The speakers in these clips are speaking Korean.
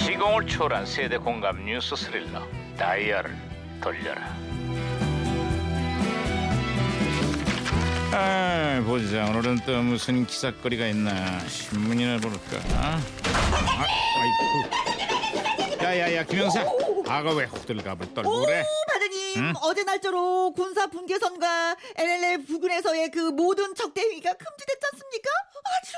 상상을 초월한 세대 공감 뉴스 스릴러 다이얼을 돌려라. 아, 보자. 오늘은 또 무슨 기사거리가 있나? 신문이나 볼까? 아, 아이쿠. 야야야, 김영사. 아가 왜 호들갑을 떨고 오 그래? 바다님 응? 어제 날짜로 군사 분계선과 LLL 부근에서의 그 모든 적대 행위가 금지됐지 않습니까? 아주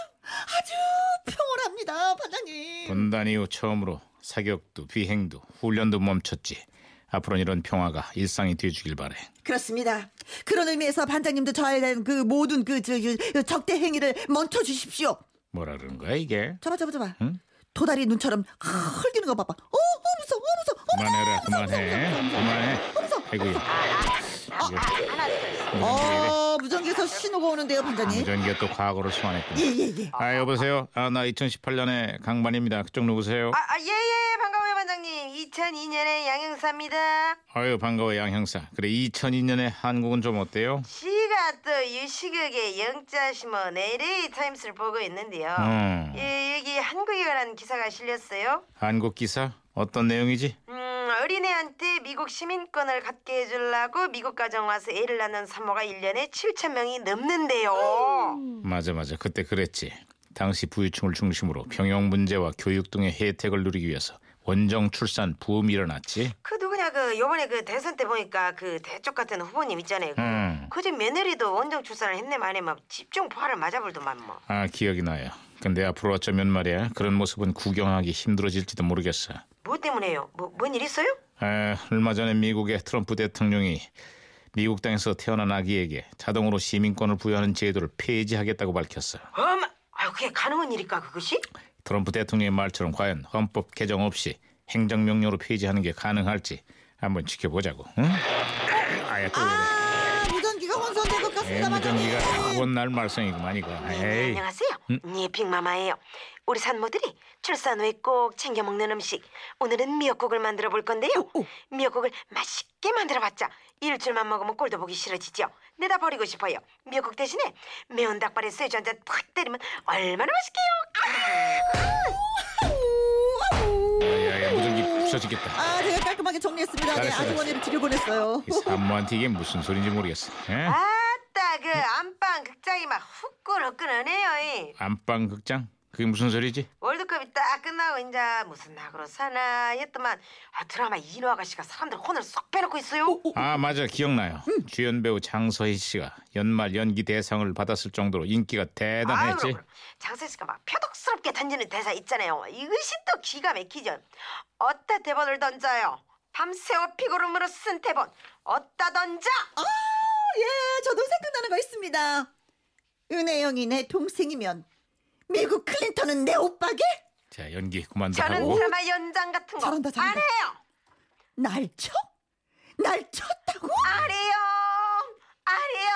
아주 평온합니다 바다님 분단 이후 처음으로 사격도 비행도 훈련도 멈췄지. 앞으로는 이런 평화가 일상이 되주길 바래. 그렇습니다 그런 의미에서 반장님도 저에 대한 그 모든 그 저, 저, 적대 행위를 멈춰 주십시오 뭐라 그런 거야 이게? 잡아 잡아 잡아 응? 도다리 눈처럼 흘기는 거 봐봐 어, 어 무서워 어 무서워 어, 그만해라, 그만해, 그만해. 아이고야, 예. 어 무전기에서 신호가 오는데요 반장님 무전기가 또 과거를 소환했군. 예 예, 예. 아 여보세요. 아 나 2018년에 강반입니다. 그쪽 누구세요? 아, 아, 예, 예, 반가워요, 반장님. 2002년에 양형사입니다. 아유 반가워 양 형사. 그래 2002년에 한국은 좀 어때요? 시가 또 유시극의 영자신문 LA 타임스를 보고 있는데요. 음. 예, 여기 한국에 관한 기사가 실렸어요. 한국 기사 어떤 내용이지? 음, 어린애한테 미국 시민권을 갖게 해주려고 미국 가정 와서 애를 낳는 산모가 1년에 7천 명이 넘는데요. 맞아 맞아 그때 그랬지. 당시 부유층을 중심으로 병역 문제와 교육 등의 혜택을 누리기 위해서 원정 출산 부음이 일어났지. 그 누구냐 그 요번에 그 대선 때 보니까 그 대쪽 같은 후보님 있잖아요. 음. 그집 며느리도 원정 출산을 했네 만에 막 집중 포화를 맞아불더만 뭐. 아 기억이 나요. 근데 앞으로 어쩌면 말이야 그런 모습은 구경하기 힘들어질지도 모르겠어. 뭐 때문에요? 뭐, 뭔 일 있어요? 아, 얼마 전에 미국의 트럼프 대통령이 미국 땅에서 태어난 아기에게 자동으로 시민권을 부여하는 제도를 폐지하겠다고 밝혔어. 엄마, 아유 그게 가능한 일일까 그것이? 트럼프 대통령의 말처럼 과연 헌법 개정 없이 행정명령으로 폐지하는 게 가능할지 한번 지켜보자고. 응? 아야 또 그래. 아 무전기가 혼선된 것 에 같습니다 반장님 예, 무전기가 원날 말썽이구만 이거. 음. 네, 에이. 안녕하세요. 예, 빅마마예요. 우리 산모들이 출산 후에 꼭 챙겨 먹는 음식. 오늘은 미역국을 만들어 볼 건데요. 미역국을 맛있게 만들어봤자 일주일만 먹으면 꼴도 보기 싫어지죠. 내다 버리고 싶어요. 미역국 대신에 매운 닭발에 소주 한 잔 팍 때리면 얼마나 맛있게요. 야야 무전기 부서지겠다. 아, 제가 깔끔하게 정리했습니다. 네, 잘했어, 아주머니를 뒤로 보냈어요. 이 산모한테 이게 무슨 소린지 모르겠어. 에? 아, 따그 음. 안방 극장이 막 후끈후끈하네요. 이. 안방 극장? 그게 무슨 소리지? 월드컵이 딱 끝나고 이제 무슨 낙으로 사나 했더만 아, 드라마 이노 아가씨가 사람들 혼을 쏙 빼놓고 있어요. 아 맞아 기억나요 음. 주연 배우 장서희 씨가 연말 연기 대상을 받았을 정도로 인기가 아유, 대단했지 그럼, 그럼. 장세 씨가 막 표독스럽게 던지는 대사 있잖아요. 이것이 또 기가 막히죠. 어따 대본을 던져요. 밤새워 피고름으로 쓴 대본. 어따 던져? 아, 예, 저도 생각나는 거 있습니다. 은혜영이 내 동생이면 미국 클린턴은 내 오빠게? 자 연기 그만도 저는 하고 드라마 연장 같은 거 안 잘한다, 잘한다. 해요. 날 쳐? 날 쳤다고? 안 해요. 안 해요.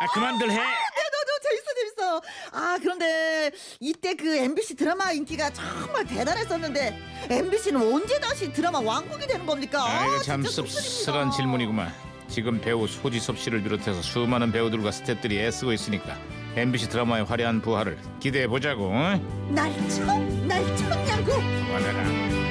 아 그만들 해 네, 너도 재밌어, 재밌어. 아, 그런데 이때 그 MBC 드라마 인기가 정말 대단했었는데 MBC는 언제 다시 드라마 왕국이 되는 겁니까? 아, 이거 참 진짜 씁쓸한 속상입니다. 질문이구만 지금 배우 소지섭 씨를 비롯해서 수많은 배우들과 스태프들이 애쓰고 있으니까 MBC 드라마의 화려한 부활을 기대해보자고 응? 날 쳐? 날 쳤냐고? 그만해라